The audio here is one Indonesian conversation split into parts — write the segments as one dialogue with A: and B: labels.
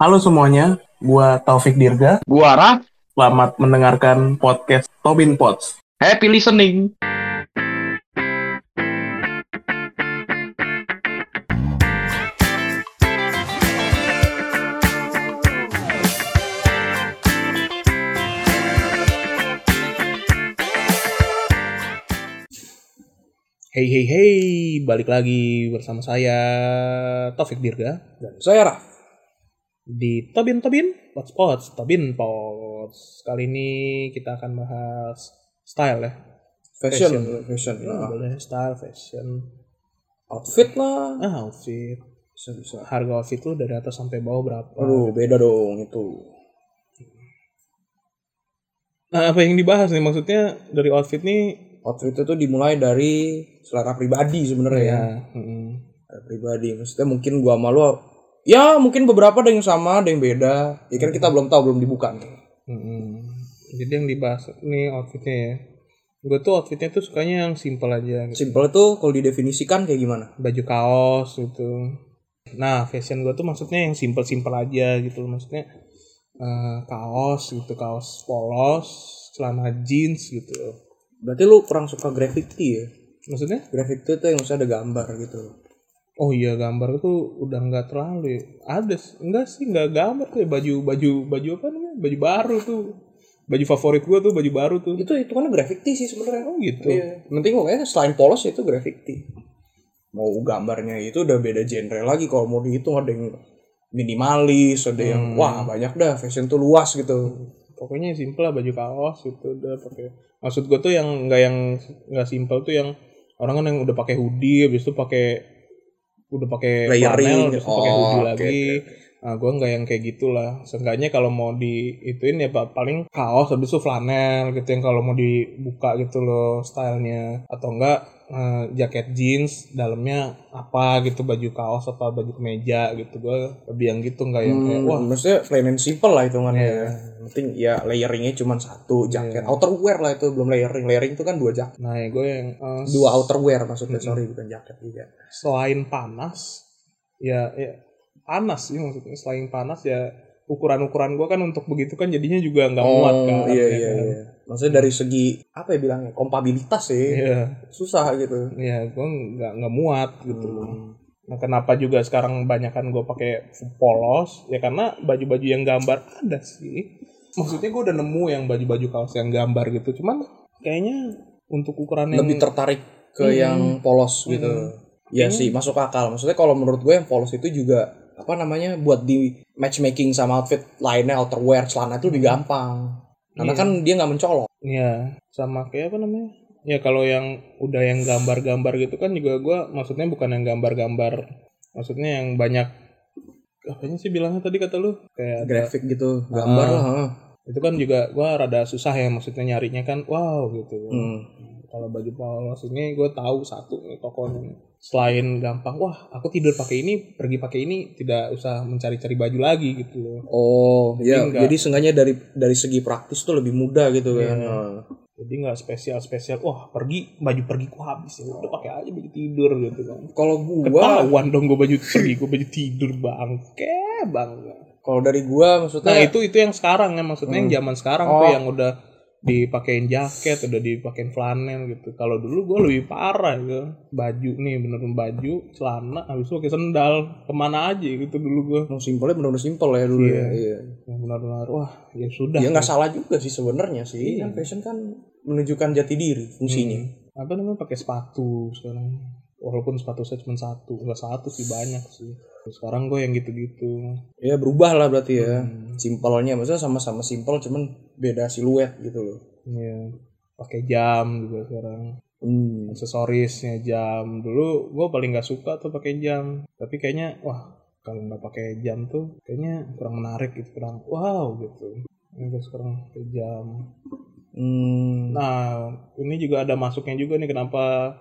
A: Halo semuanya, gua Taufik Dirga.
B: Gua Raf,
A: Selamat mendengarkan podcast Tobin Pots.
B: happy listening.
A: Hey hey hey, balik lagi bersama saya Taufik Dirga
C: dan saya Raf.
A: di Tobin Tobin Pots Pots Tobin Pots. Kali ini kita akan bahas style ya.
C: Fashion,
A: Fashion.
C: fashion,
A: Ya,
C: lah.
A: boleh style, fashion,
C: outfit lah,
A: ah, outfit.
C: bisa bisa.
A: Harga outfit tuh dari atas sampai bawah berapa?
C: Aduh, beda dong itu.
A: Nah, apa yang dibahas nih maksudnya dari outfit nih?
C: Outfit itu dimulai dari selera pribadi sebenarnya ya.
A: mm.
C: Selera Pribadi, maksudnya mungkin gua sama lu, ya mungkin beberapa ada yang sama, ada yang beda. Ya kan kita belum tahu, belum dibuka nih.
A: Mm-mm. Jadi yang dibahas nih outfitnya ya. Gue tuh outfitnya tuh sukanya yang simple aja. gitu.
C: Simple itu kalau didefinisikan kayak gimana?
A: Baju kaos gitu. Nah fashion gue tuh maksudnya yang simple-simple aja gitu. Maksudnya eh, kaos gitu. Kaos polos. Celana jeans gitu.
C: Berarti lu kurang suka graffiti ya?
A: Maksudnya?
C: Graffiti itu yang maksudnya ada gambar gitu.
A: Oh iya gambar tuh udah nggak terlalu ya. Ada s- enggak sih nggak gambar tuh ya. baju baju baju apa namanya baju baru tuh baju favorit gue tuh baju baru tuh
C: Itu itu kan graffiti sih sebenarnya.
A: oh gitu
C: Iya. Nanti pokoknya selain polos itu graffiti. Mau gambarnya itu udah beda genre lagi kalau mau dihitung ada yang minimalis, ada yang
A: Hmm.
C: wah banyak dah fashion tuh luas gitu.
A: pokoknya simple lah baju kaos gitu udah pakai maksud gue tuh yang nggak yang nggak simple tuh yang orang kan yang udah pakai hoodie habis itu pakai udah pakai
C: Layering.
A: habis itu pakai hoodie
C: Oh, oke,
A: lagi Nah, gue nggak yang kayak gitulah. Seenggaknya kalau mau di ituin ya pa- paling kaos habis itu flanel gitu yang kalau mau dibuka gitu loh stylenya atau enggak eh, jaket jeans dalamnya apa gitu baju kaos apa baju kemeja gitu gue lebih yang gitu nggak yang kayak
C: Hmm,
A: wah
C: maksudnya plain and simple lah hitungannya.
A: Iya.
C: Yang Penting ya layeringnya cuma satu jaket outerwear lah itu belum layering layering itu kan dua jaket
A: nah gue yang eh,
C: dua outerwear maksudnya
A: Hmm.
C: sorry bukan jaket juga
A: selain panas ya, ya panas sih maksudnya selain panas ya ukuran-ukuran gua kan untuk begitu kan jadinya juga nggak muat kan
C: iya
A: ya
C: iya
A: kan?
C: iya maksudnya dari segi apa ya bilangnya kompabilitas sih
A: Iya,
C: susah gitu
A: iya, gua nggak nggak muat gitu loh.
C: Hmm.
A: Nah, kenapa juga sekarang banyakan gue pakai polos? Ya karena baju-baju yang gambar ada sih. Maksudnya gua udah nemu yang baju-baju kaos yang gambar gitu. Cuman kayaknya untuk ukuran yang
C: lebih tertarik
A: Hmm.
C: ke yang polos gitu.
A: Hmm.
C: Ya
A: Hmm.
C: sih, masuk akal. Maksudnya kalau menurut gue yang polos itu juga apa namanya buat di matchmaking sama outfit lainnya outerwear celana itu lebih gampang. Karena
A: Iya.
C: kan dia nggak mencolok.
A: Iya, sama kayak apa namanya? Ya kalau yang udah yang gambar-gambar gitu kan juga gua maksudnya bukan yang gambar-gambar. Maksudnya yang banyak apanya sih bilangnya tadi kata lu? Kayak ada-
C: Grafik gitu, gambar
A: Ah.
C: lah. heeh.
A: itu kan juga gua rada susah ya maksudnya nyarinya kan wow gitu.
C: Hmm.
A: Kalau baju polos ini gua tahu satu nih tokonya. Selain gampang, wah aku tidur pakai ini, pergi pakai ini, tidak usah mencari-cari baju lagi gitu loh.
C: Oh, ya.
A: nggak-
C: Jadi sengaja dari dari segi praktis tuh lebih mudah gitu kan.
A: Iya.
C: Heeh.
A: Jadi nggak spesial-spesial, wah pergi baju pergi ku habis ya udah pakai aja baju tidur gitu kan.
C: Kalau gua,
A: ketahuan dong gue baju pergi gue baju tidur bangke bangga
C: kalau dari gua maksudnya
A: nah itu itu yang sekarang ya maksudnya yang zaman sekarang tuh
C: Oh.
A: yang udah dipakein jaket udah dipakein flanel gitu kalau dulu gue lebih parah gitu baju nih bener baju celana habis itu pakai sendal kemana aja gitu dulu gue
C: yang simpelnya benar-benar simpel ya dulu
A: Iya.
C: ya. Iya.
A: yang benar-benar wah ya sudah
C: Ya nggak salah juga sih sebenarnya sih.
A: Iya.
C: Kan fashion kan menunjukkan jati diri fungsinya.
A: Hmm. apa namanya pakai sepatu sekarang walaupun sepatu saya cuma satu nggak satu sih banyak sih sekarang gue yang gitu-gitu
C: Ya berubah lah berarti ya.
A: Hmm.
C: Simpelnya maksudnya sama-sama simpel cuman beda siluet gitu loh.
A: Iya. Pakai jam juga sekarang.
C: Hmm.
A: Aksesorisnya jam. Dulu gue paling nggak suka tuh pakai jam. Tapi kayaknya wah kalau nggak pakai jam tuh kayaknya kurang menarik gitu kurang wow gitu. Ini gua sekarang pakai jam.
C: Hmm,
A: Nah ini juga ada masuknya juga nih kenapa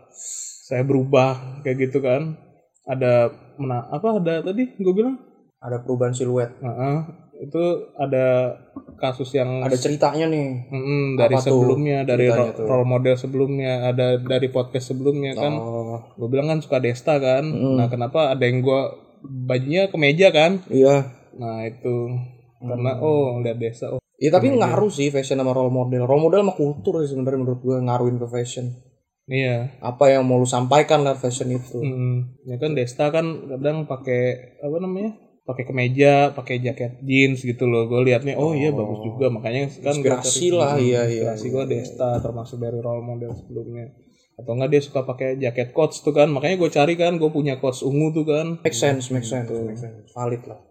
A: saya berubah kayak gitu kan. Ada mena apa ada tadi gue bilang
C: Ada perubahan siluet.
A: Heeh. itu ada kasus yang
C: Ada ceritanya nih.
A: Mm-mm, dari
C: Apa tuh
A: sebelumnya, dari
C: ceritanya
A: ro-
C: tuh?
A: role model sebelumnya, ada dari podcast sebelumnya kan.
C: Oh,
A: Gue bilang kan suka Desta kan.
C: Mm.
A: Nah, kenapa ada yang gua bajunya kemeja kan?
C: iya.
A: Nah itu karena oh lihat desa oh
C: Ya tapi ngaruh sih fashion sama role model. Role model sama kultur sih sebenarnya menurut gue ngaruhin ke fashion.
A: iya
C: Apa yang mau lu sampaikan lah fashion itu.
A: Mm, ya kan Desta kan kadang pakai apa namanya pakai kemeja pakai jaket jeans gitu loh gue liatnya oh iya bagus juga makanya kan gua
C: Inspirasi lah,
A: Hmm,
C: iya, iya,
A: inspirasi gue Desta termasuk dari role model sebelumnya atau enggak dia suka pakai jaket coach tuh kan makanya gue cari kan gue punya coach ungu tuh kan
C: Make sense, make sense, make sense. Valid lah.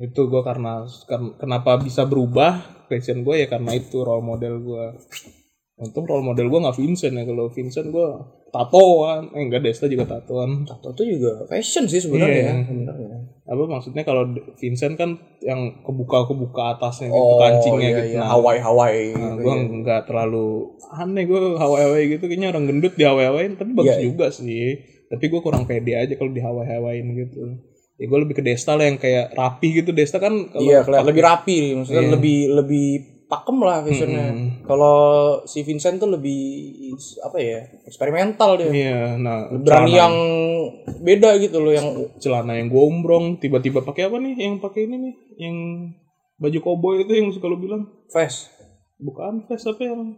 A: itu gue karena ken- kenapa bisa berubah fashion gue ya karena itu role model gue untung role model gue nggak Vincent ya kalau Vincent gue tatoan eh enggak Desta juga tatoan
C: Tato itu juga fashion sih sebenarnya
A: Iya.
C: ya, sebenarnya.
A: apa maksudnya kalau D- Vincent kan yang kebuka-kebuka atasnya gitu kancingnya
C: iya,
A: gitu
C: iya.
A: nah,
C: Hawaii-Hawaii
A: nah,
C: gitu.
A: gue nggak terlalu aneh gue hawai-hawai gitu kayaknya orang gendut di hawai-hawain tapi bagus
C: Iya, iya.
A: juga sih tapi gue kurang pede aja kalau di hawai-hawain gitu ya gue lebih ke Desta lah yang kayak rapi gitu Desta kan kalau
C: Iya, kelihatan lebih rapi nih, maksudnya
A: Iya.
C: lebih lebih pakem lah fashionnya. Kalau si Vincent tuh lebih apa ya? eksperimental dia.
A: Iya, nah
C: Berani yang beda gitu loh yang
A: celana yang gombrong tiba-tiba pakai apa nih yang pakai ini nih yang baju koboi itu yang suka lu bilang
C: fast.
A: bukan vest apa yang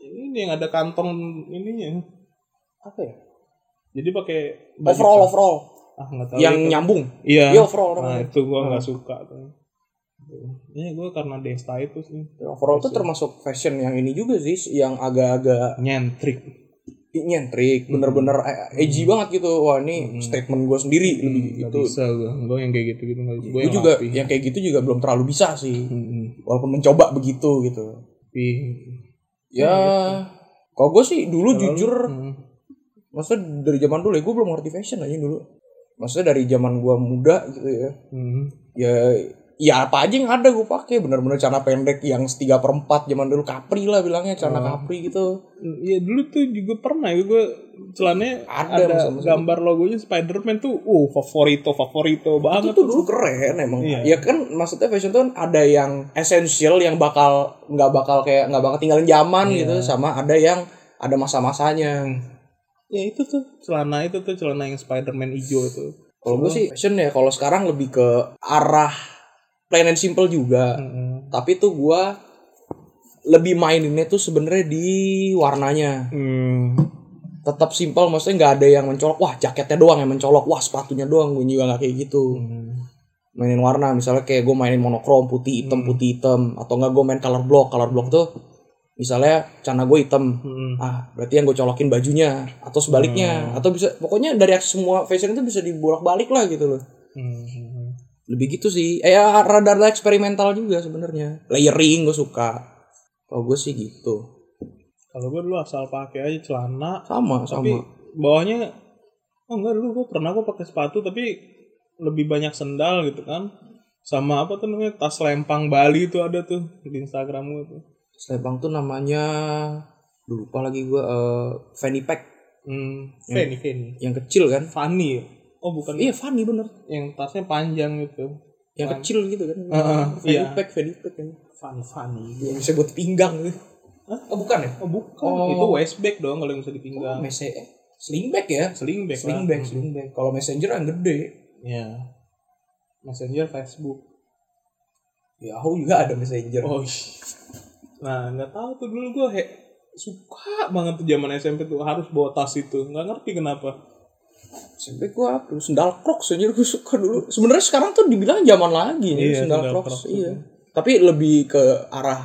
A: ini yang ada kantong ininya
C: Apa ya?
A: jadi pakai baju
C: Overall overall
A: ah nggak tahu
C: yang
A: itu.
C: nyambung.
A: iya
C: Iya overall Hmm.
A: nah
C: namanya.
A: itu gua nggak suka tuh ini gua karena desta itu sih
C: Overall tuh termasuk fashion yang ini juga sih yang agak-agak
A: nyentrik
C: nyentrik, bener-bener eh, edgy banget gitu. Wah, ini statement gue sendiri lebih
A: nggak
C: gitu.
A: bisa gua gua yang kayak gitu gitu nggak gua
C: Gue
A: yang
C: juga
A: rapi. Hmm,
C: yang kayak gitu juga belum terlalu bisa sih.
A: Mm-mm.
C: Walaupun mencoba begitu gitu.
A: tapi
C: Ya, kalau gue sih dulu jujur,
A: mm,
C: maksudnya dari zaman dulu ya gue belum ngerti fashion aja dulu. Maksudnya dari zaman gue muda gitu ya,
A: mm,
C: ya ya apa aja yang ada gue pakai bener-bener celana pendek yang setiga per empat zaman dulu kapri lah bilangnya celana kapri gitu
A: Ya dulu tuh juga pernah ya gue celananya
C: Ada
A: ada,
C: masa-masa
A: gambar logonya Spider-Man tuh uh favorito favorito
C: itu
A: banget.
C: tuh dulu keren emang
A: Iya.
C: ya kan maksudnya fashion tuh kan ada yang esensial yang bakal nggak bakal kayak nggak bakal tinggalin zaman gitu sama ada yang ada masa-masanya
A: Ya itu tuh celana itu tuh celana yang Spider-Man hijau itu.
C: kalau gue sih fashion ya kalau sekarang lebih ke arah plain and simple juga
A: Mm-mm.
C: tapi tuh gue lebih maininnya tuh sebenarnya di warnanya
A: Hmm.
C: tetap simpel maksudnya nggak ada yang mencolok wah jaketnya doang yang mencolok wah sepatunya doang gue juga nggak kayak gitu mainin warna misalnya kayak gue mainin monokrom putih hitam putih hitam atau enggak gue main color block color block tuh misalnya celana gue hitam
A: Mm-mm.
C: ah berarti yang gue colokin bajunya atau sebaliknya atau bisa pokoknya dari semua fashion itu bisa dibolak balik lah gitu loh
A: Mm-mm.
C: lebih gitu sih eh ya, rada-rada eksperimental juga sebenarnya layering gue suka kalau gue sih gitu
A: Kalau gue dulu asal pakai aja celana,
C: sama sama
A: tapi bawahnya oh enggak dulu gue pernah gue pakai sepatu tapi lebih banyak sendal gitu kan. Sama apa tuh namanya tas lempang Bali itu ada tuh di Instagram gue tuh.
C: Selebang tuh namanya lupa lagi gue eh fanny pack
A: Hmm. Fanny, Fanny.
C: yang kecil kan
A: Fanny. ya? Oh bukan
C: iya fanny bener
A: yang tasnya panjang gitu.
C: yang kecil gitu kan
A: Heeh,
C: fanny
A: iya.
C: pack fanny pack kan
A: Fanny, Fanny.
C: yang bisa buat pinggang gitu oh bukan ya
A: Oh bukan,
C: Oh.
A: itu westback dong kalau yang bisa dipinggang.
C: mese eh, sling bag ya
A: Sling back
C: sling
A: lah.
C: bag sling bag kalau messenger yang gede
A: Ya. Messenger Facebook.
C: Yahoo juga ada messenger
A: Oh. ih. Nah, nggak tahu tuh dulu gue he, suka banget tuh zaman SMP tuh harus bawa tas itu. Nggak ngerti kenapa.
C: sampai gua apa sendal crocs anjir gua suka dulu sebenarnya sekarang tuh dibilang zaman lagi anjir,
A: Iya,
C: sendal,
A: sendal
C: crocs,
A: Crocs.
C: iya tapi lebih ke arah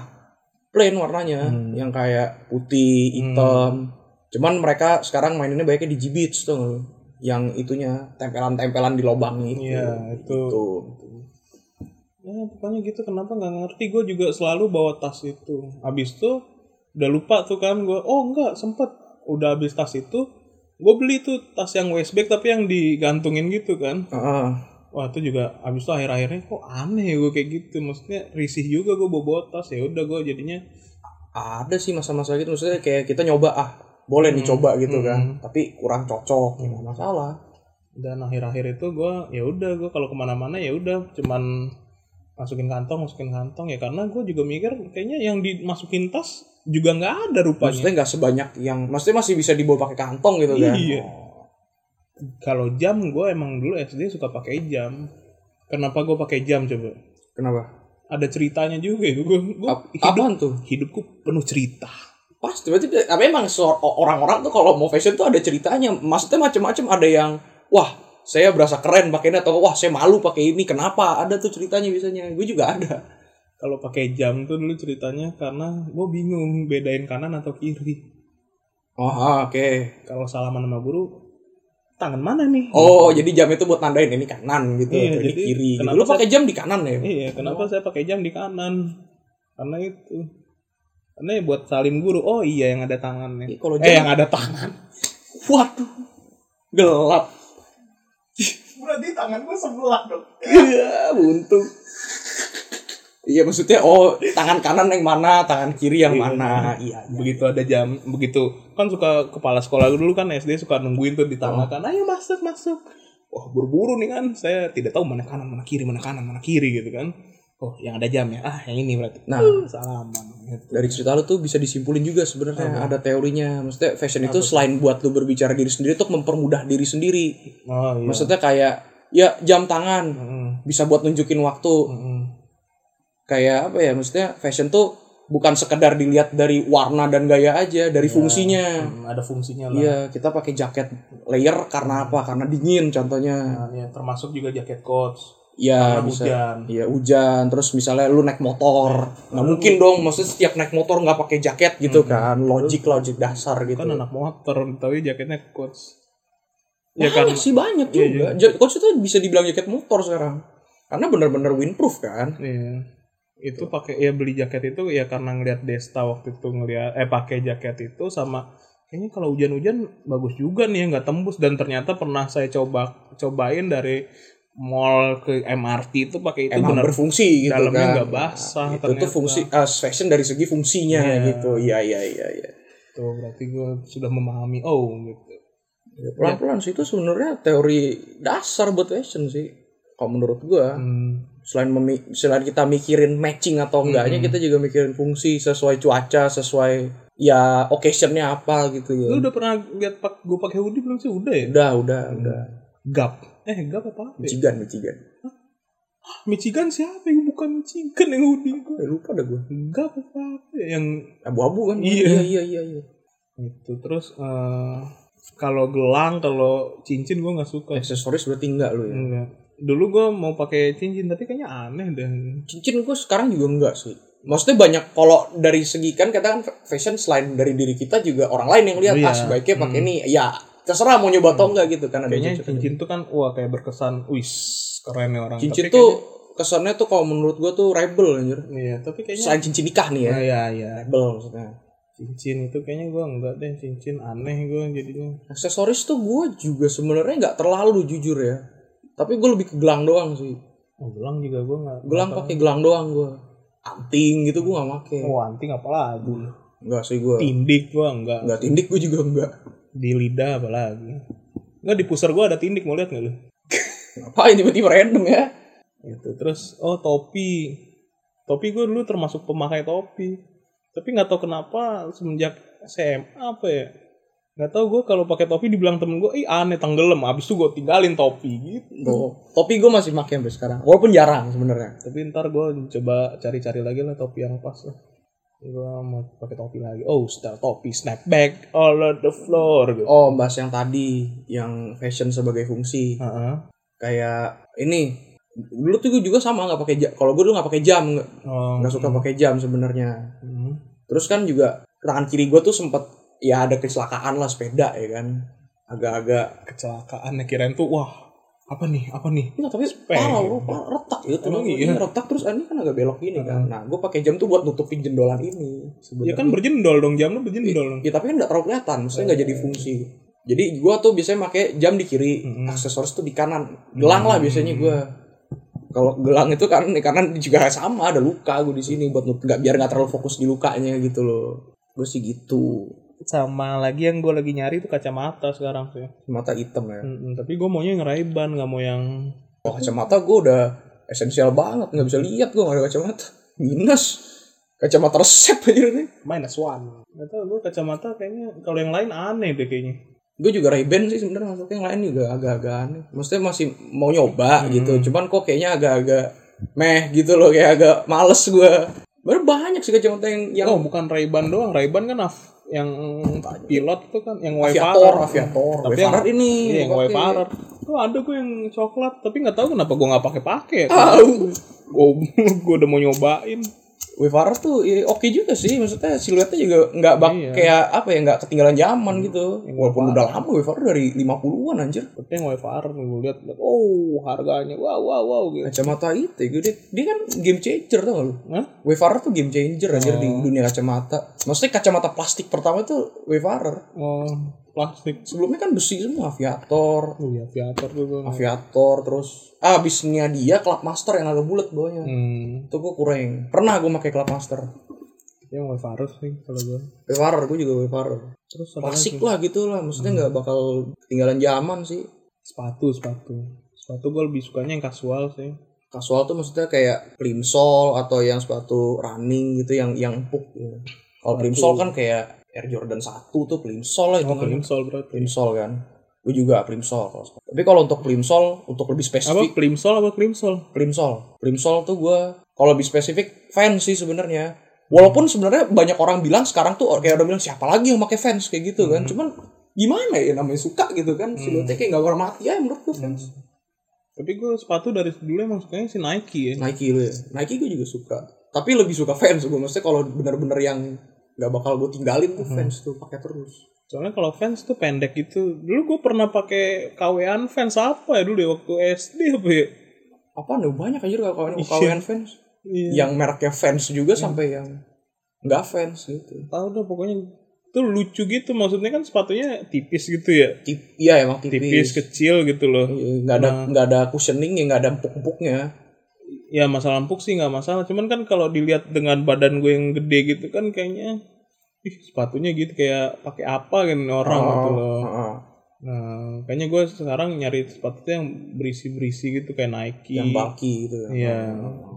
C: plain warnanya
A: Hmm.
C: yang kayak putih hitam cuman mereka sekarang maininnya banyaknya di G Beats tuh nggak lu? yang itunya tempelan-tempelan di lubang itu Gitu.
A: Iya, itu.
C: tuh
A: Ya, pokoknya gitu kenapa nggak ngerti gue juga selalu bawa tas itu. Habis tuh udah lupa tuh kan gue. Oh, enggak, sempet udah habis tas itu gue beli tuh tas yang westback tapi yang digantungin gitu kan
C: Heeh.
A: Wah itu juga abis itu akhir-akhirnya kok aneh gue kayak gitu Maksudnya risih juga gue bawa botas ya udah gue jadinya
C: ada sih masa-masa gitu maksudnya kayak kita nyoba ah boleh
A: Hmm.
C: dicoba gitu kan tapi kurang cocok ya nggak masalah
A: Dan akhir-akhir itu gue ya udah gue kalau kemana-mana ya udah cuman masukin kantong masukin kantong ya karena gue juga mikir kayaknya yang dimasukin tas juga nggak ada rupanya
C: maksudnya nggak sebanyak yang maksudnya masih bisa dibawa pakai kantong gitu kan
A: Iya. Kalau jam gue emang dulu SD suka pakai jam Kenapa gue pakai jam coba?
C: Kenapa?
A: Ada ceritanya juga ya. Gue gue
C: Ap-
A: hidup,
C: apaan tuh?
A: hidupku penuh cerita.
C: Pas nah, berarti tapi emang so- orang-orang tuh kalau mau fashion tuh ada ceritanya. Maksudnya macam-macam ada yang wah saya berasa keren pakainya atau wah saya malu pakai ini kenapa ada tuh ceritanya biasanya gue juga ada
A: Kalau pakai jam tuh dulu ceritanya karena gue bingung bedain kanan atau kiri.
C: oh oke
A: Kalau salaman sama guru, tangan mana nih?
C: oh jadi jam itu buat nandain ini kanan gitu
A: Iya,
C: atau ini
A: jadi
C: kiri gitu.
A: kenapa
C: lu
A: saya-
C: pakai jam di kanan ya
A: Iya, kenapa saya pakai jam di kanan? Karena itu. Karena ya buat salim guru. Oh iya yang ada tangannya.
C: Iya, kalau
A: eh
C: jam-
A: yang ada tangan.
C: waduh gelap
A: Berarti tangan gue sebelah dong.
C: Iya, buntu. Iya maksudnya oh tangan kanan yang mana, tangan kiri yang
A: Iya,
C: mana. Iya. iya.
A: Begitu ada jam, begitu kan suka kepala sekolah dulu kan SD suka nungguin tuh di tangan kan. Ayo masuk masuk. Wah buru-buru nih kan. Saya tidak tahu mana kanan mana kiri mana kanan mana kiri gitu kan. Oh yang ada jam ya. Ah yang ini berarti.
C: Nah.
A: Uh, salaman. Gitu.
C: Dari cerita lu tuh bisa disimpulin juga sebenarnya ada teorinya. Maksudnya fashion itu selain buat lu berbicara diri sendiri tuh mempermudah diri sendiri.
A: Oh iya.
C: Maksudnya kayak ya jam tangan
A: Mm,
C: bisa buat nunjukin waktu.
A: mm,
C: Kayak apa ya? Maksudnya fashion tuh bukan sekedar dilihat dari warna dan gaya aja, dari fungsinya.
A: mm, ada fungsinya lah.
C: Iya, kita pakai jaket layer karena apa? Karena dingin contohnya.
A: Nah, ya, termasuk juga jaket coach.
C: Iya,
A: Karena
C: bisa.
A: hujan.
C: Iya hujan, terus misalnya lu naik motor, nggak mungkin dong, maksudnya setiap naik motor nggak pakai jaket gitu kan, logik logik dasar gitu.
A: Hmm. kan anak motor tapi jaketnya coach
C: ya
A: ya
C: kan
A: karena
C: sih banyak
A: Iya,
C: juga. Ja- Coach itu bisa dibilang jaket motor sekarang, karena bener-bener windproof kan.
A: iya itu pakai ya beli jaket itu ya karena ngelihat Desta waktu itu ngelihat eh pakai jaket itu sama kayaknya kalau hujan-hujan bagus juga nih ya nggak tembus dan ternyata pernah saya coba cobain dari mall ke MRT itu pakai itu
C: Emang
A: benar
C: berfungsi gitu
A: dalamnya
C: kan.
A: nggak basah,
C: Nah, itu tuh
A: ternyata.
C: fungsi ah, fashion dari segi fungsinya
A: Iya.
C: gitu. Iya iya iya iya.
A: tuh berarti gue sudah memahami oh gitu
C: Ya, Pelan-pelan sih itu sebenarnya teori dasar buat fashion sih. Kalau menurut gua.
A: Hmm,
C: selain memi- selain kita mikirin matching atau enggaknya kita juga mikirin fungsi sesuai cuaca sesuai ya occasionnya apa gitu ya
A: lu udah pernah lihat pak gue pakai hoodie belum sih udah ya
C: udah udah udah
A: Iya. gap eh gap apa apa ya?
C: Michigan Michigan
A: Michigan siapa yang bukan Michigan yang hoodie gue
C: Eh, lupa dah gue
A: Enggak apa-apa yang
C: abu-abu kan
A: Iya.
C: iya iya iya
A: itu terus eh, kalau gelang kalau cincin gue nggak suka
C: aksesoris berarti enggak lo ya
A: Enggak. dulu gue mau pakai cincin tapi kayaknya aneh dan
C: cincin gue sekarang juga enggak sih maksudnya banyak kalau dari segi kan kata kan fashion selain dari diri kita juga orang lain yang lihat
A: Iya. Hmm.
C: ah sebaiknya pakai ini ya terserah mau nyoba atau enggak gitu kan ada
A: kayaknya
C: cocok-
A: cincin tuh kan wah kayak berkesan wis keren nih orang
C: cincin
A: Tapi
C: tuh kesannya tuh kalau menurut gue tuh rebel anjir
A: kayaknya- iya tapi kayaknya
C: selain cincin nikah nih ya
A: Ah, iya iya
C: rebel maksudnya
A: cincin itu kayaknya gue enggak deh cincin aneh gue jadinya
C: aksesoris tuh gue juga sebenarnya nggak terlalu jujur ya tapi gue lebih ke gelang doang sih
A: oh, gelang juga gue nggak
C: gelang pakai gelang doang gue anting gitu gue nggak pakai
A: oh anting apalagi
C: nggak sih gue
A: tindik gue enggak
C: nggak tindik gue juga nggak
A: di lidah apalagi Enggak di pusar gue ada tindik mau lihat nggak lu
C: ngapain tiba-tiba random ya
A: gitu terus oh topi topi gue dulu termasuk pemakai topi tapi nggak tahu kenapa semenjak SMA apa ya nggak tahu gue kalau pakai topi dibilang temen gue ih aneh tenggelam abis itu gue tinggalin topi gitu
C: Tuh. Oh, topi gue masih pakai sampai sekarang walaupun jarang sebenarnya
A: tapi ntar gue coba cari-cari lagi lah topi yang pas lah gue mau pakai topi lagi oh style topi snapback all on the floor gitu
C: oh bahas yang tadi yang fashion sebagai fungsi
A: Heeh.
C: kayak ini dulu tuh gue juga sama nggak pakai jam kalau gue dulu nggak pakai jam nggak
A: Oh,
C: nggak suka pakai jam sebenarnya
A: hmm.
C: Terus kan juga tangan kiri gue tuh sempet ya ada kecelakaan lah sepeda ya kan. Agak-agak
A: kecelakaan ya kirain tuh wah apa nih apa nih
C: Enggak Iya, tapi
A: Sepeda.
C: parah lu, parah retak gitu.
A: Emang
C: Ini
A: iya?
C: retak terus ini kan agak belok gini kan. Nah, gue pakai jam tuh buat nutupin jendolan ini
A: ya
C: sebenarnya.
A: kan berjendol dong jam lu berjendol dong
C: Ya, tapi kan enggak terlalu kelihatan, maksudnya enggak jadi fungsi. Jadi gue tuh biasanya pakai jam di kiri,
A: Mm-mm.
C: aksesoris tuh di kanan. Gelang lah biasanya gue. Kalau gelang itu kan di kanan juga sama ada luka gue di sini buat nut- nggak biar nggak terlalu fokus di lukanya gitu loh. Gue sih gitu.
A: sama lagi yang gue lagi nyari tuh kacamata sekarang sih.
C: Mata hitam ya.
A: Mm-mm, tapi gue maunya yang Ray-Ban nggak mau yang
C: Wah, kacamata gue udah esensial banget nggak bisa lihat gue nggak ada kacamata minus kacamata resep aja nih
A: minus one. Gak tau gue kacamata kayaknya kalau yang lain aneh deh kayaknya.
C: gue juga ray sih sebenarnya masuknya yang lain juga agak-agak aneh maksudnya masih mau nyoba gitu
A: Hmm.
C: cuman kok kayaknya agak-agak meh gitu loh kayak agak males gue baru banyak sih kacamata yang yang
A: Oh, bukan Ray-Ban doang. Ray-Ban kan af- yang pilot itu kan yang
C: aviator
A: Wayfarer.
C: aviator
A: Tapi yang-
C: Wayfarer ini
A: Iya, yang
C: pakai.
A: Wayfarer. Tuh ada gue yang coklat, tapi nggak tahu kenapa gue nggak pakai-pakai.
C: tahu
A: Gue gue udah mau nyobain.
C: Wayfarer tuh ya, oke juga sih maksudnya siluetnya juga nggak bak
A: Iya.
C: kayak apa ya nggak ketinggalan zaman gitu
A: Yang
C: walaupun
A: Wayfarer.
C: udah lama Wayfarer dari 50-an anjir
A: Tapi yang Wayfarer gue lihat, oh harganya wow wow wow gitu.
C: kacamata itu gitu. dia, dia kan game changer tau gak lu
A: Hah? Oh.
C: Wayfarer tuh game changer anjir di dunia kacamata maksudnya kacamata plastik pertama tuh Wayfarer
A: Oh, plastik.
C: sebelumnya kan besi semua aviator
A: Oh, iya, aviator tuh gue.
C: aviator terus ah bisnya dia club master yang agak bulat bawahnya
A: Hmm,
C: itu gue kurang pernah gue pakai club master
A: yang Wayfarer sih kalau gue.
C: Wayfarer gue juga Wayfarer
A: Terus apa
C: klasik
A: lagi?
C: lah gitu lah
A: Hmm.
C: maksudnya nggak bakal ketinggalan zaman sih
A: Sepatu, sepatu. Sepatu gue lebih sukanya yang kasual sih.
C: kasual tuh maksudnya kayak plimsoll atau yang sepatu running gitu yang yang empuk gitu. kalau plimsoll kan kayak Air Jordan 1 tuh plimsoll lah itu
A: Oh, plimsoll berarti.
C: plimsoll kan gue juga plimsoll kalau sepatu. tapi kalau untuk plimsoll untuk lebih
A: Apa
C: spesifik
A: plimsoll apa klimsol?
C: plimsoll plimsoll tuh gue kalau lebih spesifik fans sih sebenarnya walaupun sebenarnya banyak orang bilang sekarang tuh kayak udah bilang siapa lagi yang pakai fans kayak gitu
A: Hmm.
C: kan cuman gimana ya namanya suka gitu kan siluetnya kayak nggak hormati ya menurut gue fans
A: Tapi gue sepatu dari dulu emang sukanya si Nike ya.
C: Nike lu ya. Nike gue juga suka. Tapi lebih suka fans gue. Maksudnya kalau bener-bener yang nggak bakal gue tinggalin
A: Hmm.
C: tuh fans tuh pakai terus.
A: Soalnya kalau fans tuh pendek gitu. Dulu gue pernah pakai kawean fans apa ya dulu ya waktu SD apa ya?
C: Apa nih banyak aja kalau kawan kawan fans.
A: Iya.
C: Yang mereknya fans juga sampai yang nggak fans gitu.
A: Tahu dah pokoknya tuh lucu gitu maksudnya kan sepatunya tipis gitu ya.
C: Tip, iya emang
A: Tipis
C: tipis.
A: kecil gitu loh.
C: Iya, Nggak ada nggak ada cushioning yang nggak ada empuk-empuknya.
A: Ya masalah empuk sih nggak masalah. Cuman kan kalau dilihat dengan badan gue yang gede gitu kan kayaknya ih sepatunya gitu kayak pakai apa kan orang gitu
C: Oh.
A: loh.
C: Heeh.
A: Nah, kayaknya gue sekarang nyari sepatu tuh yang berisi-berisi gitu kayak Nike.
C: Yang bulky gitu. ya.
A: Iya.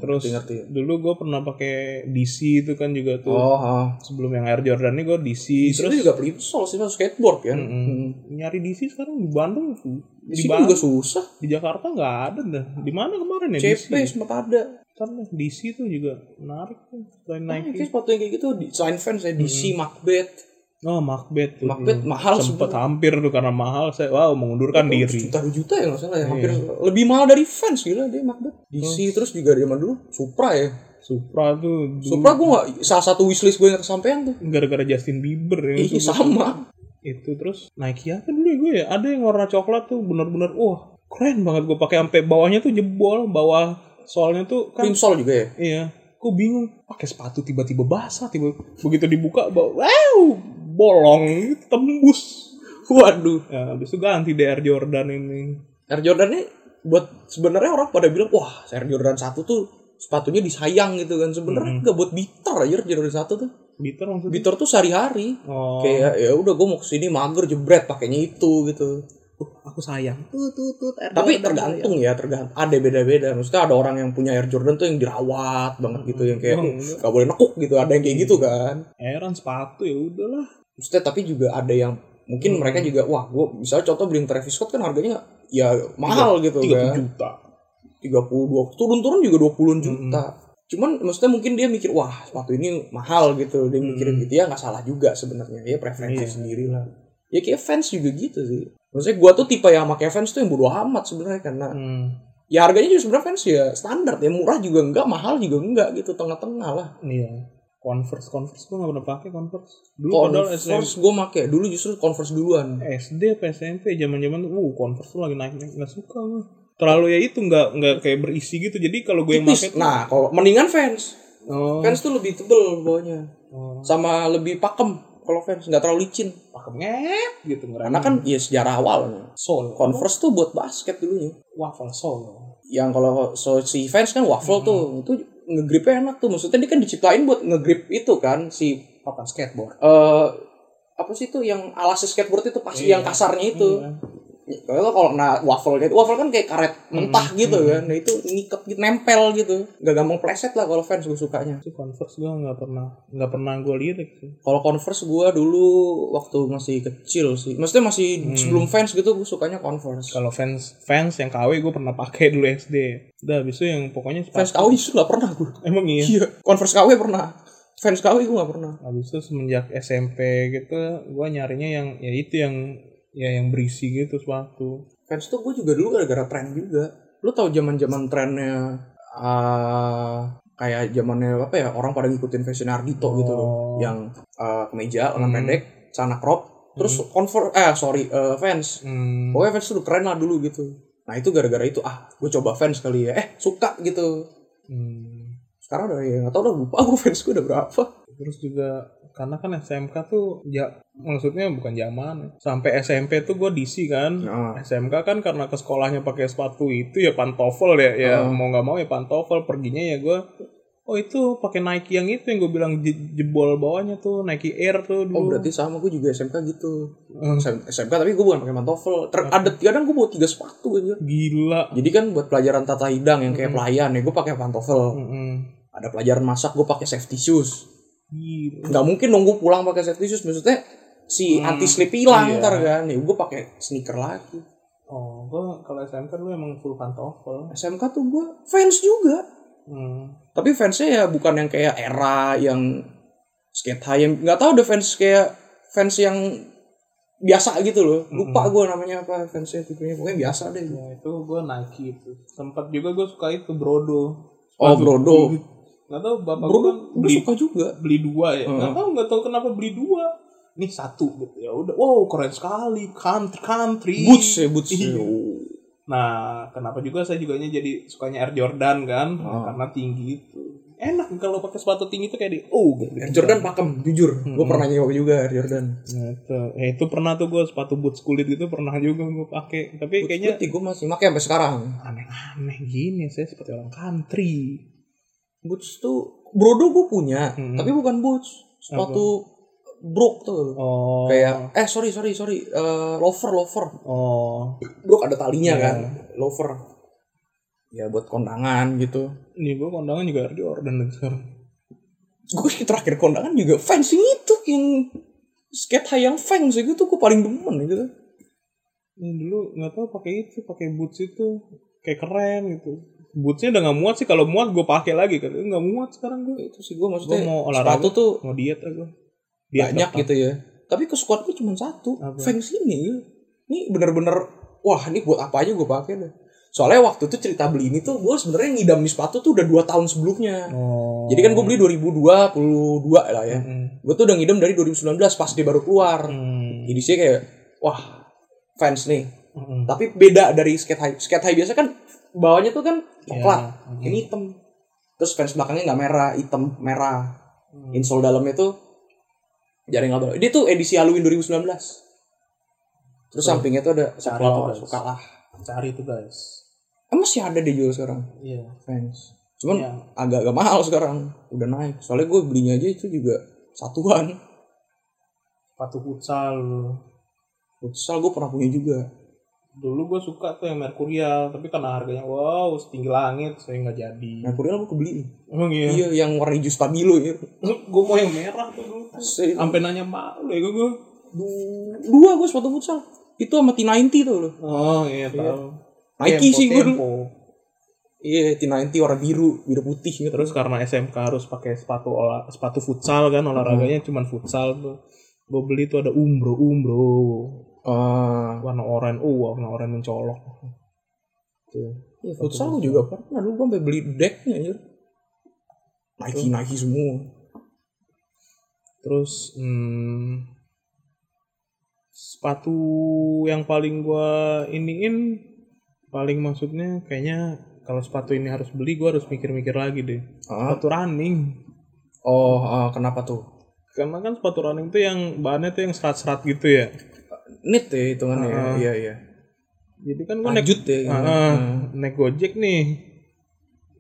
A: Terus
C: ngerti.
A: dulu gue pernah pakai DC itu kan juga tuh.
C: Oh, heeh.
A: Sebelum yang Air Jordan ini gue DC. Iya, Terus
C: Terus juga plimsoll sih mas skateboard kan. Hmm.
A: nyari DC sekarang di Bandung tuh.
C: Di
A: Di,
C: sini
A: Bandung.
C: juga susah.
A: Di Jakarta nggak ada dah. Di mana kemarin ya DC?
C: CP sempat ada.
A: Ntar deh, DC tuh juga menarik tuh. Selain
C: Nah,
A: Nike.
C: kayak sepatu yang kayak gitu desain fans ya DC Macbeth
A: Oh, Macbeth tuh.
C: Macbeth
A: dulu.
C: mahal
A: Sempet hampir tuh karena mahal. Saya wow mengundurkan diri.
C: juta juta ya nggak salah ya hampir lebih mahal dari fans gila dia Macbeth DC terus juga dari zaman dulu Supra ya
A: Hmm. Supra tuh dulu
C: Supra gue nggak salah satu wishlist gue yang kesampaian tuh
A: gara-gara Justin Bieber ya.
C: Ih, Iya, sama
A: itu terus Nike apa dulu ya gue ya ada yang warna coklat tuh bener-bener wah keren banget gue pakai sampai bawahnya tuh jebol bawah soalnya tuh kan
C: Crimson juga ya
A: iya gue bingung pakai sepatu tiba-tiba basah tiba begitu dibuka bawa wow bolong gitu, tembus
C: waduh
A: ya, habis itu ganti DR Jordan ini
C: Air Jordan ini buat sebenarnya orang pada bilang wah Air Jordan satu tuh sepatunya disayang gitu kan sebenarnya nggak buat bitter aja Air Jordan satu tuh
A: Bitter maksudnya
C: bitter tuh sehari-hari
A: Hmm. oh
C: kayak ya udah gue mau kesini mager jebret pakainya itu gitu
A: uh, aku sayang tuh tuh tuh Air Jordan
C: tapi
A: sayang.
C: tergantung ya tergantung ada beda-beda maksudnya ada orang yang punya Air Jordan tuh yang dirawat banget gitu yang kayak
A: Hmm.
C: "Uh, nggak boleh nekuk gitu ada yang kayak gitu kan
A: heran sepatu ya udahlah
C: maksudnya tapi juga ada yang
A: Hmm.
C: mungkin mereka juga wah gue misalnya contoh beli yang Travis Scott kan harganya ya mahal gitu
A: tiga
C: kan
A: juta Hmm,
C: tiga puluh turun-turun juga dua puluh juta cuman maksudnya mungkin dia mikir wah sepatu ini mahal gitu dia mikirin gitu ya nggak salah juga sebenarnya ya
A: Hmm.
C: preferensi
A: Iya.
C: sendiri lah ya kayak fans juga gitu sih maksudnya gue tuh tipe yang pakai fans tuh yang bodo amat sebenarnya karena
A: hmm.
C: ya harganya juga sebenarnya fans ya standar ya murah juga enggak mahal juga enggak gitu tengah-tengah lah
A: iya Converse Converse gue gak pernah pakai Converse dulu padahal SMP
C: Converse gue make dulu justru Converse duluan
A: SD apa SMP zaman zaman uh Converse tuh lagi naik naik nggak suka gue terlalu ya itu nggak nggak kayak berisi gitu jadi kalau gue yang
C: tipis
A: pakai tuh-
C: nah kan kalau mendingan fans
A: oh,
C: fans tuh lebih tebel bawahnya
A: oh.
C: sama lebih pakem kalau fans nggak terlalu licin
A: pakai ngep gitu
C: karena
A: ngerana
C: kan ya sejarah awal
A: sol
C: Converse tuh buat basket dulunya
A: waffle sol
C: yang kalau so, si fans kan waffle
A: Hmm.
C: tuh itu ngegripnya enak tuh maksudnya dia kan diciptain buat ngegrip itu kan si
A: pakai skateboard
C: eh apa sih tuh yang alas skateboard itu pasti yang kasarnya itu
A: Iya.
C: Kalau kalau kena waffle gitu, waffle kan kayak karet
A: Hmm,
C: mentah gitu kan. Nah itu nikep gitu, nempel gitu. Gak gampang pleset lah kalau fans gue sukanya.
A: Itu Converse gue nggak pernah nggak pernah gue lirik sih.
C: Kalau Converse gue dulu waktu masih kecil sih. Maksudnya masih sebelum fans gitu gue sukanya Converse.
A: Hmm. Kalau fans fans yang KW gue pernah pakai dulu SD. Udah habis itu yang pokoknya sepatu-
C: Fans KW itu gak pernah gue.
A: emang iya.
C: Iya, Converse KW pernah. Fans KW gue gak pernah.
A: Habis itu semenjak SMP gitu gue nyarinya yang ya itu yang ya yang berisi gitu sepatu.
C: Fans tuh gue juga dulu gara-gara tren juga. Lu tau zaman-zaman trennya ah, kayak zamannya apa ya orang pada ngikutin fashion Ardito gitu loh.
A: Oh.
C: yang eh, kemeja lengan
A: Hmm.
C: pendek celana crop terus converse eh sorry eh, fans
A: Hmm,
C: pokoknya fans tuh keren lah dulu gitu nah itu gara-gara itu ah gue coba fans kali ya eh suka gitu
A: hmm.
C: sekarang udah ya nggak tau udah lupa gue fans gue udah berapa
A: Terus juga karena kan SMK tuh ya maksudnya bukan zaman sampai SMP tuh gue DC kan.
C: nah,
A: SMK kan karena ke sekolahnya pakai sepatu itu ya pantofel ya ya
C: Oh.
A: mau nggak mau ya pantofel perginya ya gue oh itu pakai Nike yang itu yang gue bilang je- jebol bawahnya tuh Nike Air tuh
C: oh
A: dulu
C: berarti sama gue juga SMK gitu
A: Eh,
C: SM- SMK tapi gue bukan pakai mantofel Ter- ada kadang gue bawa tiga sepatu aja
A: gila
C: jadi kan buat pelajaran tata hidang yang kayak pelayan ya gue pakai pantofel
A: Mm-mm.
C: ada pelajaran masak gue pakai safety shoes
A: Gila.
C: nggak mungkin dong gue pulang pakai safety shoes maksudnya si
A: Hmm,
C: anti slip hilang
A: iya.
C: ntar kan ya gue pakai sneaker lagi
A: oh gue kalau SMK dulu emang full pantofel
C: SMK tuh gue fans juga
A: Hmm.
C: tapi fansnya ya bukan yang kayak era yang skate high yang nggak tahu deh fans kayak fans yang biasa gitu loh lupa gue namanya apa fansnya tipenya pokoknya biasa deh gua.
A: ya itu gue Nike itu sempat juga gue suka itu Brodo
C: oh brodo
A: nggak tahu bapak gue
C: brodo
A: kan
C: gue
A: beli
C: suka juga
A: beli dua ya
C: Heeh.
A: nggak tahu nggak tahu kenapa beli dua nih satu gitu ya udah wow keren sekali country country
C: boots ya boots
A: Iya.
C: ya. Oh.
A: nah kenapa juga saya juganya jadi sukanya Air Jordan kan
C: Oh.
A: karena tinggi itu enak kalau pakai sepatu tinggi itu kayak di oh gitu.
C: Air Jordan pakem jujur gue pernah nyewa juga Air Jordan
A: Nah, itu ya, itu pernah tuh gue sepatu boots kulit gitu pernah juga gue pakai tapi kayaknya
C: kayaknya gue masih pakai sampai sekarang
A: aneh-aneh gini saya seperti orang country
C: Boots tuh Brodo gue punya,
A: Hmm.
C: tapi bukan boots. Sepatu Brook tuh.
A: oh
C: Kayak eh sorry sorry sorry eh, lover lover.
A: oh
C: Brook ada talinya
A: Iya.
C: kan. Lover. Ya buat kondangan gitu.
A: nih gue kondangan juga Air Jordan sekarang
C: Gue terakhir kondangan juga fencing itu yang skate high yang fans itu gue paling demen gitu.
A: Ini dulu nggak tahu pakai itu, pakai boots itu kayak keren gitu. Bootsnya udah nggak muat sih kalau muat gue pakai lagi kan nggak muat sekarang gue
C: Itu sih gue maksudnya
A: Gua mau olahraga.
C: sepatu tuh
A: mau diet aku.
C: banyak gitu ya. Tapi ke squad gue cuma satu.
A: Apa?
C: Fans ini. Ini bener-bener wah ini buat apa aja gue pakai deh. Soalnya waktu itu cerita beli ini tuh gue sebenarnya ngidam nih sepatu tuh udah 2 tahun sebelumnya.
A: Oh.
C: Jadi kan gue beli 2022 lah ya.
A: Mm.
C: Gue tuh udah ngidam dari 2019 pas dia baru keluar.
A: Mm.
C: Jadi sih kayak wah fans nih.
A: Mm.
C: Tapi beda dari skate high. Skate high biasa kan bawahnya tuh kan coklat.
A: Iya. Mm.
C: Ini hitam. Terus fans belakangnya nggak merah, hitam merah
A: Mm.
C: insole Hmm. dalamnya tuh jaring abal. Dia tuh edisi Halloween 2019. Terus sampingnya tuh ada
A: Cari
C: sakura
A: tuh,
C: orang
A: guys.
C: suka lah.
A: Cari tuh guys.
C: Eh, masih ada dia jual sekarang
A: Iya.
C: fans. Cuman
A: Iya.
C: agak-agak mahal sekarang. Udah naik. Soalnya gue belinya aja itu juga satuan.
A: Sepatu futsal
C: Futsal gue pernah punya juga.
A: dulu gue suka tuh yang merkurial tapi karena harganya wow setinggi langit saya nggak jadi
C: Merkurial gue Nah, kebeli.
A: emang iya,
C: Iya yang warna hijau stabilo ya.
A: gue mau yang merah tuh dulu
C: Se-
A: sampai nanya malu ya gue
C: du- Dua gue sepatu futsal. Itu sama T90 tuh loh.
A: oh iya tahu
C: Nike sih gue dulu.
A: Tempo.
C: Iya T90 warna biru. Biru putih gitu.
A: Terus karena SMK harus pakai sepatu olah sepatu futsal kan
C: Hmm.
A: olahraganya cuman futsal tuh. Gue beli tuh ada umbro umbro
C: Ah.
A: warna oranye, oh warna oranye mencolok.
C: Ya,
A: Iya,
C: futsal gue juga pernah dulu gue sampai beli decknya ya. Nike Nike semua.
A: Terus hmm, sepatu yang paling gua iniin paling maksudnya kayaknya kalau sepatu ini harus beli gua harus mikir-mikir lagi deh.
C: Ah.
A: Sepatu running.
C: Oh, ah, kenapa tuh?
A: Karena kan sepatu running tuh yang bahannya tuh yang serat-serat gitu ya.
C: Nit ya hitungannya.
A: Ah,
C: ya. Iya iya.
A: Jadi kan gua naik
C: Lanjut ya. gitu.
A: Ah, ah, naik gojek nih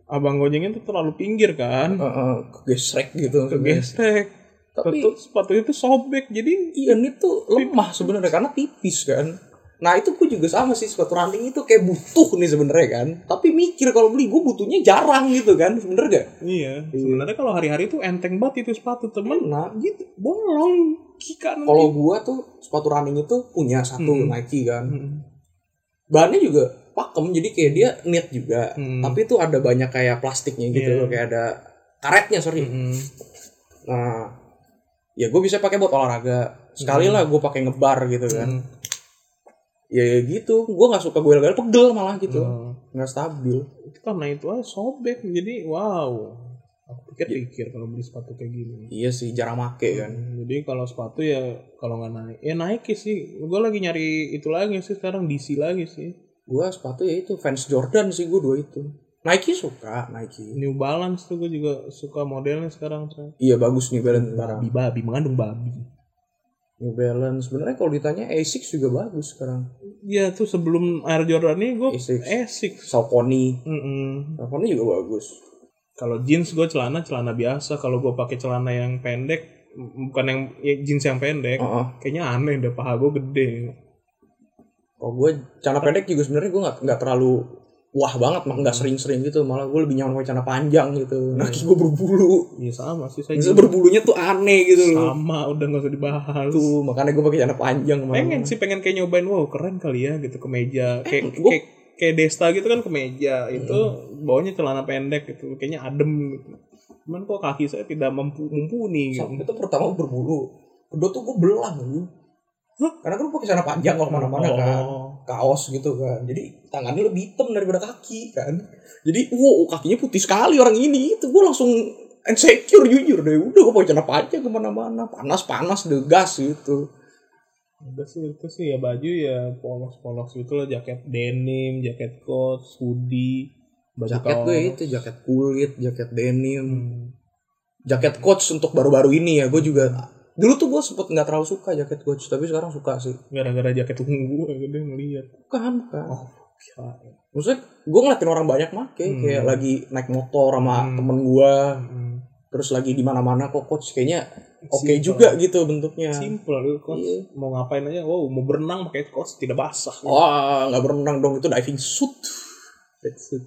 A: abang gojeknya tuh terlalu pinggir kan
C: Ah, ah, kegesrek gitu.
A: kegesek
C: Tapi-
A: tapi sepatunya tuh sobek jadi
C: Iya nit tuh lemah sebenarnya karena tipis kan. Nah itu gue juga sama sih sepatu ranting itu kayak butuh nih sebenarnya kan. Tapi mikir kalau beli gue butuhnya jarang gitu kan, bener gak?
A: Iya. Sebenarnya kalau hari-hari tuh enteng banget itu sepatu temen.
C: Nah
A: Gitu bolong kika nanti.
C: kalau gue tuh sepatu running itu punya satu
A: Hmm.
C: Nike kan.
A: Mm.
C: Bahannya juga pakem jadi kayak dia knit juga.
A: Hmm.
C: Tapi itu ada banyak kayak plastiknya gitu
A: Iya. Hmm.
C: loh, kayak ada karetnya sorry.
A: Mm-mm.
C: Nah ya gue bisa pakai buat olahraga. Sekali
A: Hmm.
C: lah gue pakai ngebar gitu kan.
A: Mm.
C: Ya, ya gitu, gue nggak suka gue gagal pegel malah gitu,
A: Mm.
C: nggak stabil.
A: karena itu aja sobek jadi wow aku pikir pikir kalau beli sepatu kayak gini
C: Iya sih jarang make kan.
A: jadi kalau sepatu ya kalau nggak naik ya Nike sih gue lagi nyari itu lagi sih sekarang DC lagi sih
C: Gua sepatu ya itu fans Jordan sih gua dua itu. Nike suka Nike.
A: New Balance tuh gue juga suka modelnya sekarang Trey.
C: Iya bagus New Balance sekarang.
A: babi babi mengandung babi
C: New Balance sebenarnya kalau ditanya Asics juga bagus sekarang.
A: ya tuh sebelum Air Jordan ini gue
C: Asics.
A: Asics
C: Saucony.
A: Mm-mm.
C: Saucony juga bagus.
A: kalau jeans gue celana celana biasa kalau gue pakai celana yang pendek m- bukan yang ya, jeans yang pendek
C: Heeh.
A: kayaknya aneh deh paha gue gede
C: Kalau gue Oh, celana pendek juga sebenarnya gue nggak nggak terlalu wah banget mah
A: Hmm.
C: nggak sering-sering gitu malah gue lebih nyaman pakai celana panjang gitu
A: Nah,
C: Nike gue berbulu
A: ya sama sih saya
C: Maksudnya berbulunya tuh aneh gitu loh
A: sama udah nggak usah dibahas
C: tuh makanya gue pakai celana panjang
A: pengen sih pengen kayak nyobain wow keren kali ya gitu kemeja kayak
C: gua-
A: kayak kayak Desta gitu kan kemeja itu
C: Eh.
A: bawahnya celana pendek gitu kayaknya adem gitu cuman kok kaki saya tidak mampu mumpuni gitu.
C: Sam, itu pertama gua berbulu kedua tuh gue belang gitu karena kan gue pakai celana panjang kalau mana-mana kan
A: Oh.
C: kaos gitu kan jadi tangannya lebih hitam daripada kaki kan jadi wow kakinya putih sekali orang ini itu gue langsung insecure jujur deh udah gue pakai celana panjang kemana-mana panas panas degas gitu
A: Udah sih itu sih ya baju ya polos-polos gitu lah jaket denim, jaket coat, hoodie, baju
C: jaket
A: kaos.
C: gue itu jaket kulit jaket denim
A: Hmm.
C: jaket coach untuk baru-baru ini ya gue juga dulu tuh gue sempet nggak terlalu suka jaket coach tapi sekarang suka sih
A: Gara-gara jaket ungu gue gede ngeliat.
C: bukan bukan
A: Oh, kirain.
C: maksudnya gue ngeliatin orang banyak make
A: Hmm.
C: kayak lagi naik motor sama
A: Hmm.
C: temen gue
A: Hmm.
C: terus lagi di mana-mana kok coach kayaknya oke
A: Simple.
C: juga gitu bentuknya
A: Simple lu coach.
C: Iya. Oh,
A: Mau ngapain aja, wow mau berenang pakai coach tidak basah.
C: wah nggak berenang dong itu diving suit that's it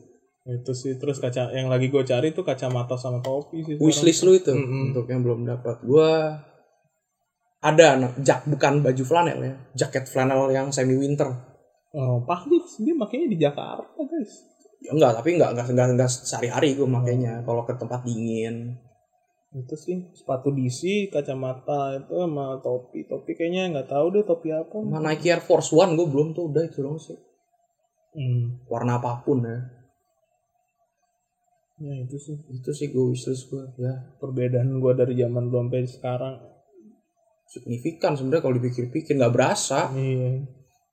A: Itu sih terus kaca yang lagi gue cari tuh kacamata sama topi sih.
C: wishlist lu itu
A: Mm-mm.
C: untuk yang belum dapat gue ada anak jak bukan baju flanel ya jaket flanel yang semi winter
A: sekarang. Oh, pasti dia makanya di Jakarta, guys.
C: ya, enggak tapi enggak enggak enggak, enggak sehari-hari gue
A: Oh.
C: makainya kalau ke tempat dingin
A: itu sih sepatu DC kacamata itu sama topi topi kayaknya nggak tahu deh topi apa
C: sama Nike Air Force One gue belum tuh udah itu dong sih
A: hmm.
C: warna apapun ya
A: ya itu sih
C: itu sih gue wishlist gue ya
A: perbedaan gua dari zaman dulu sampai sekarang
C: signifikan sebenarnya kalau dipikir-pikir nggak berasa
A: iya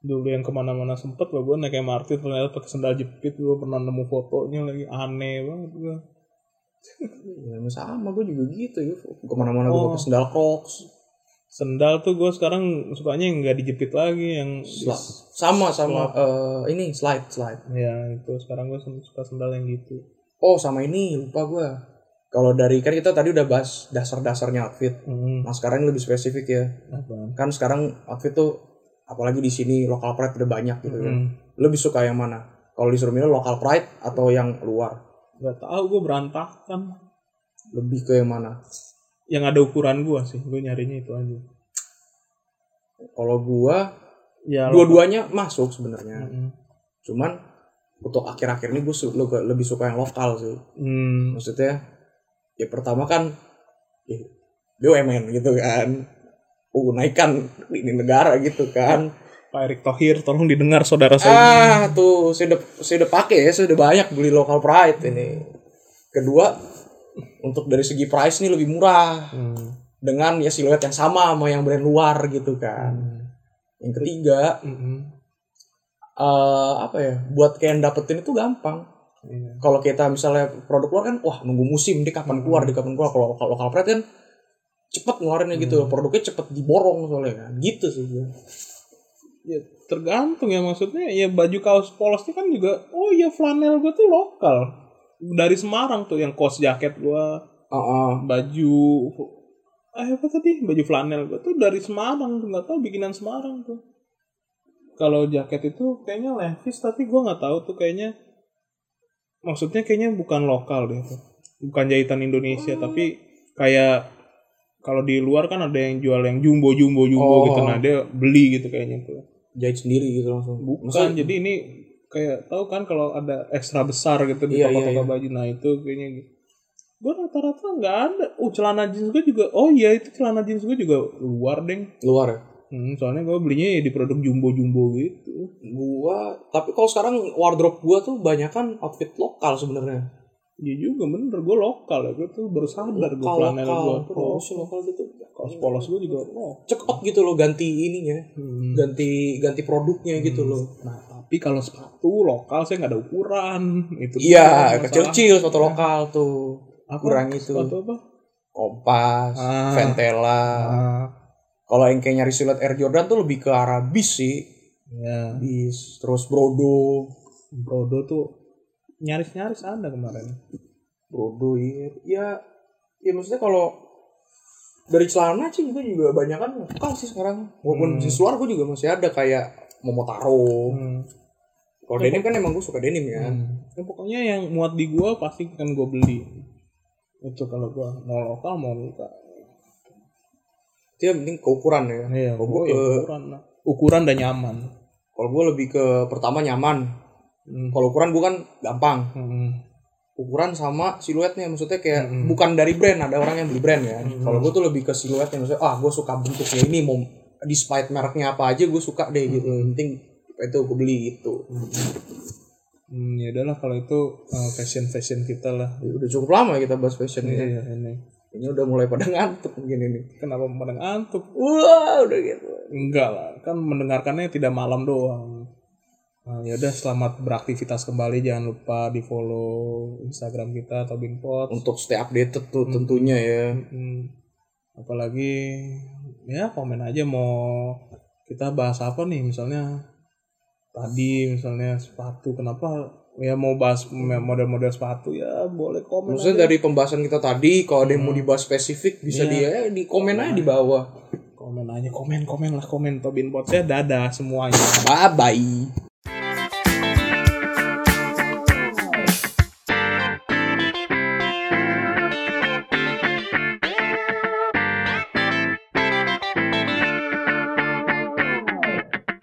A: dulu yang kemana-mana sempet lah gue naik MRT ternyata pakai sendal jepit gue pernah nemu fotonya lagi aneh banget gue
C: ya, sama gue juga gitu ya kemana-mana gue
A: Oh.
C: pakai sendal Crocs
A: sendal tuh gue sekarang sukanya yang nggak dijepit lagi yang
C: Sla- sama sama eh, ini slide slide
A: ya itu sekarang gue suka sendal yang gitu
C: oh sama ini lupa gue kalau dari kan kita tadi udah bahas dasar-dasarnya outfit
A: hmm.
C: nah sekarang ini lebih spesifik ya
A: apaan?
C: kan sekarang outfit tuh apalagi di sini lokal pride udah banyak gitu ya
A: Hmm.
C: lebih suka yang mana kalau disuruh milih lokal pride atau yang luar
A: nggak tahu gue berantakan
C: lebih ke yang mana
A: yang ada ukuran gua sih gue nyarinya itu aja
C: kalau gua
A: ya lo-
C: dua-duanya masuk sebenarnya
A: Mm-mm.
C: cuman untuk akhir-akhir ini gue lebih suka yang lokal sih
A: Hmm,
C: maksudnya ya pertama kan ya, BUMN gitu kan uh naikkan ini negara gitu kan
A: Pak Erick Thohir tolong didengar saudara saya
C: ah tuh saya udah saya udah pakai ya saya udah banyak beli local pride ini kedua untuk dari segi price ini lebih murah
A: Hmm.
C: dengan ya siluet yang sama sama yang brand luar gitu kan
A: Hmm.
C: yang ketiga
A: Mm-mm.
C: eh, apa ya buat kayak yang dapetin itu gampang
A: Iya.
C: kalau kita misalnya produk luar kan wah nunggu musim dia kapan keluar dia kapan keluar kalau lokal lokal pride kan cepet ngeluarinnya gitu
A: Hmm.
C: produknya cepet diborong soalnya kan gitu sih gue
A: Ya, tergantung ya maksudnya ya baju kaos polosnya kan juga oh ya flanel gue tuh lokal dari Semarang tuh yang kaos jaket gua baju eh apa tadi baju flanel gue tuh dari Semarang tuh nggak tahu bikinan Semarang tuh kalau jaket itu kayaknya Levi's tapi gue nggak tahu tuh kayaknya maksudnya kayaknya bukan lokal deh tuh. bukan jahitan Indonesia tapi kayak kalau di luar kan ada yang jual yang jumbo jumbo jumbo
C: Oh.
A: gitu nah dia beli gitu kayaknya tuh
C: jahit sendiri gitu langsung
A: bukan
C: Maksudnya-
A: jadi ini kayak tahu kan kalau ada ekstra besar gitu di
C: Iya,
A: toko-toko
C: iya, iya.
A: baju nah itu kayaknya gue rata-rata nggak ada oh celana jeans gue juga oh iya itu celana jeans gue juga luar deng
C: luar ya
A: Hmm, soalnya gue belinya ya di produk jumbo-jumbo gitu.
C: gua tapi kalau sekarang wardrobe gua tuh banyak kan outfit lokal sebenarnya
A: Iya juga bener, gue lokal ya. Gue tuh baru sadar gue
C: lokal
A: flanel
C: lokal
A: gue polos.
C: promosi lokal gitu
A: Kaos polos gue juga lokal.
C: check out gitu loh ganti ininya
A: Hmm.
C: ganti ganti produknya gitu loh
A: Nah tapi kalau sepatu lokal saya nggak ada ukuran. Itu dia
C: iya
A: masalah.
C: kecil-kecil sepatu lokal tuh
A: Apa?
C: kurang itu.
A: Sepatu apa?
C: kompas
A: Ah.
C: ventela
A: Ah,
C: kalau yang kayak nyari siluet Air Jordan tuh lebih ke arah bis sih
A: ya
C: bis terus Brodo
A: Brodo tuh nyaris-nyaris ada kemarin.
C: Brodo iya ya ya maksudnya kalau dari celana sih juga juga banyak kan lokal sih sekarang walaupun
A: Hmm.
C: jenis luar gue juga masih ada kayak Momotaro
A: Hmm.
C: kalau denim kan emang gue suka denim ya
A: Ya, pokoknya yang muat di gue pasti kan gue beli. Itu kalau gue mau lokal mau lokal.
C: itu yang penting keukuran ya
A: Iya,
C: Kalau
A: gue
C: gua ke-
A: ukuran lah. Ukuran dan nyaman.
C: kalau gue lebih ke pertama nyaman
A: Hmm.
C: kalau ukuran gue kan gampang
A: Hmm.
C: ukuran sama siluetnya maksudnya kayak
A: Mm-mm.
C: bukan dari brand ada orang yang beli brand ya
A: Mm-mm.
C: kalau gue tuh lebih ke siluetnya maksudnya ah gue suka bentuknya ini mau despite mereknya apa aja gue suka deh gitu yang penting itu gue beli gitu. itu
A: Hmm, ya udahlah kalau itu fashion fashion kita lah.
C: udah cukup lama kita bahas fashion
A: Iya iya,
C: ya
A: ini.
C: ini udah mulai pada ngantuk mungkin ini
A: Kenapa mendengar antuk?
C: wah udah gitu
A: Enggak lah, kan mendengarkannya tidak malam doang. Nah, ya udah selamat beraktivitas kembali. Jangan lupa di follow Instagram kita atau Binpot.
C: untuk stay updated tuh tentunya ya
A: Hmm, apalagi ya komen aja mau kita bahas apa nih misalnya tadi misalnya sepatu kenapa ya mau bahas model-model sepatu ya boleh komen aja.
C: maksudnya dari pembahasan kita tadi kalau ada yang
A: Hmm.
C: mau dibahas spesifik bisa
A: Iya.
C: dia di komen aja di bawah
A: komen aja komen komen lah komen Tobin Potnya dadah semuanya
C: bye bye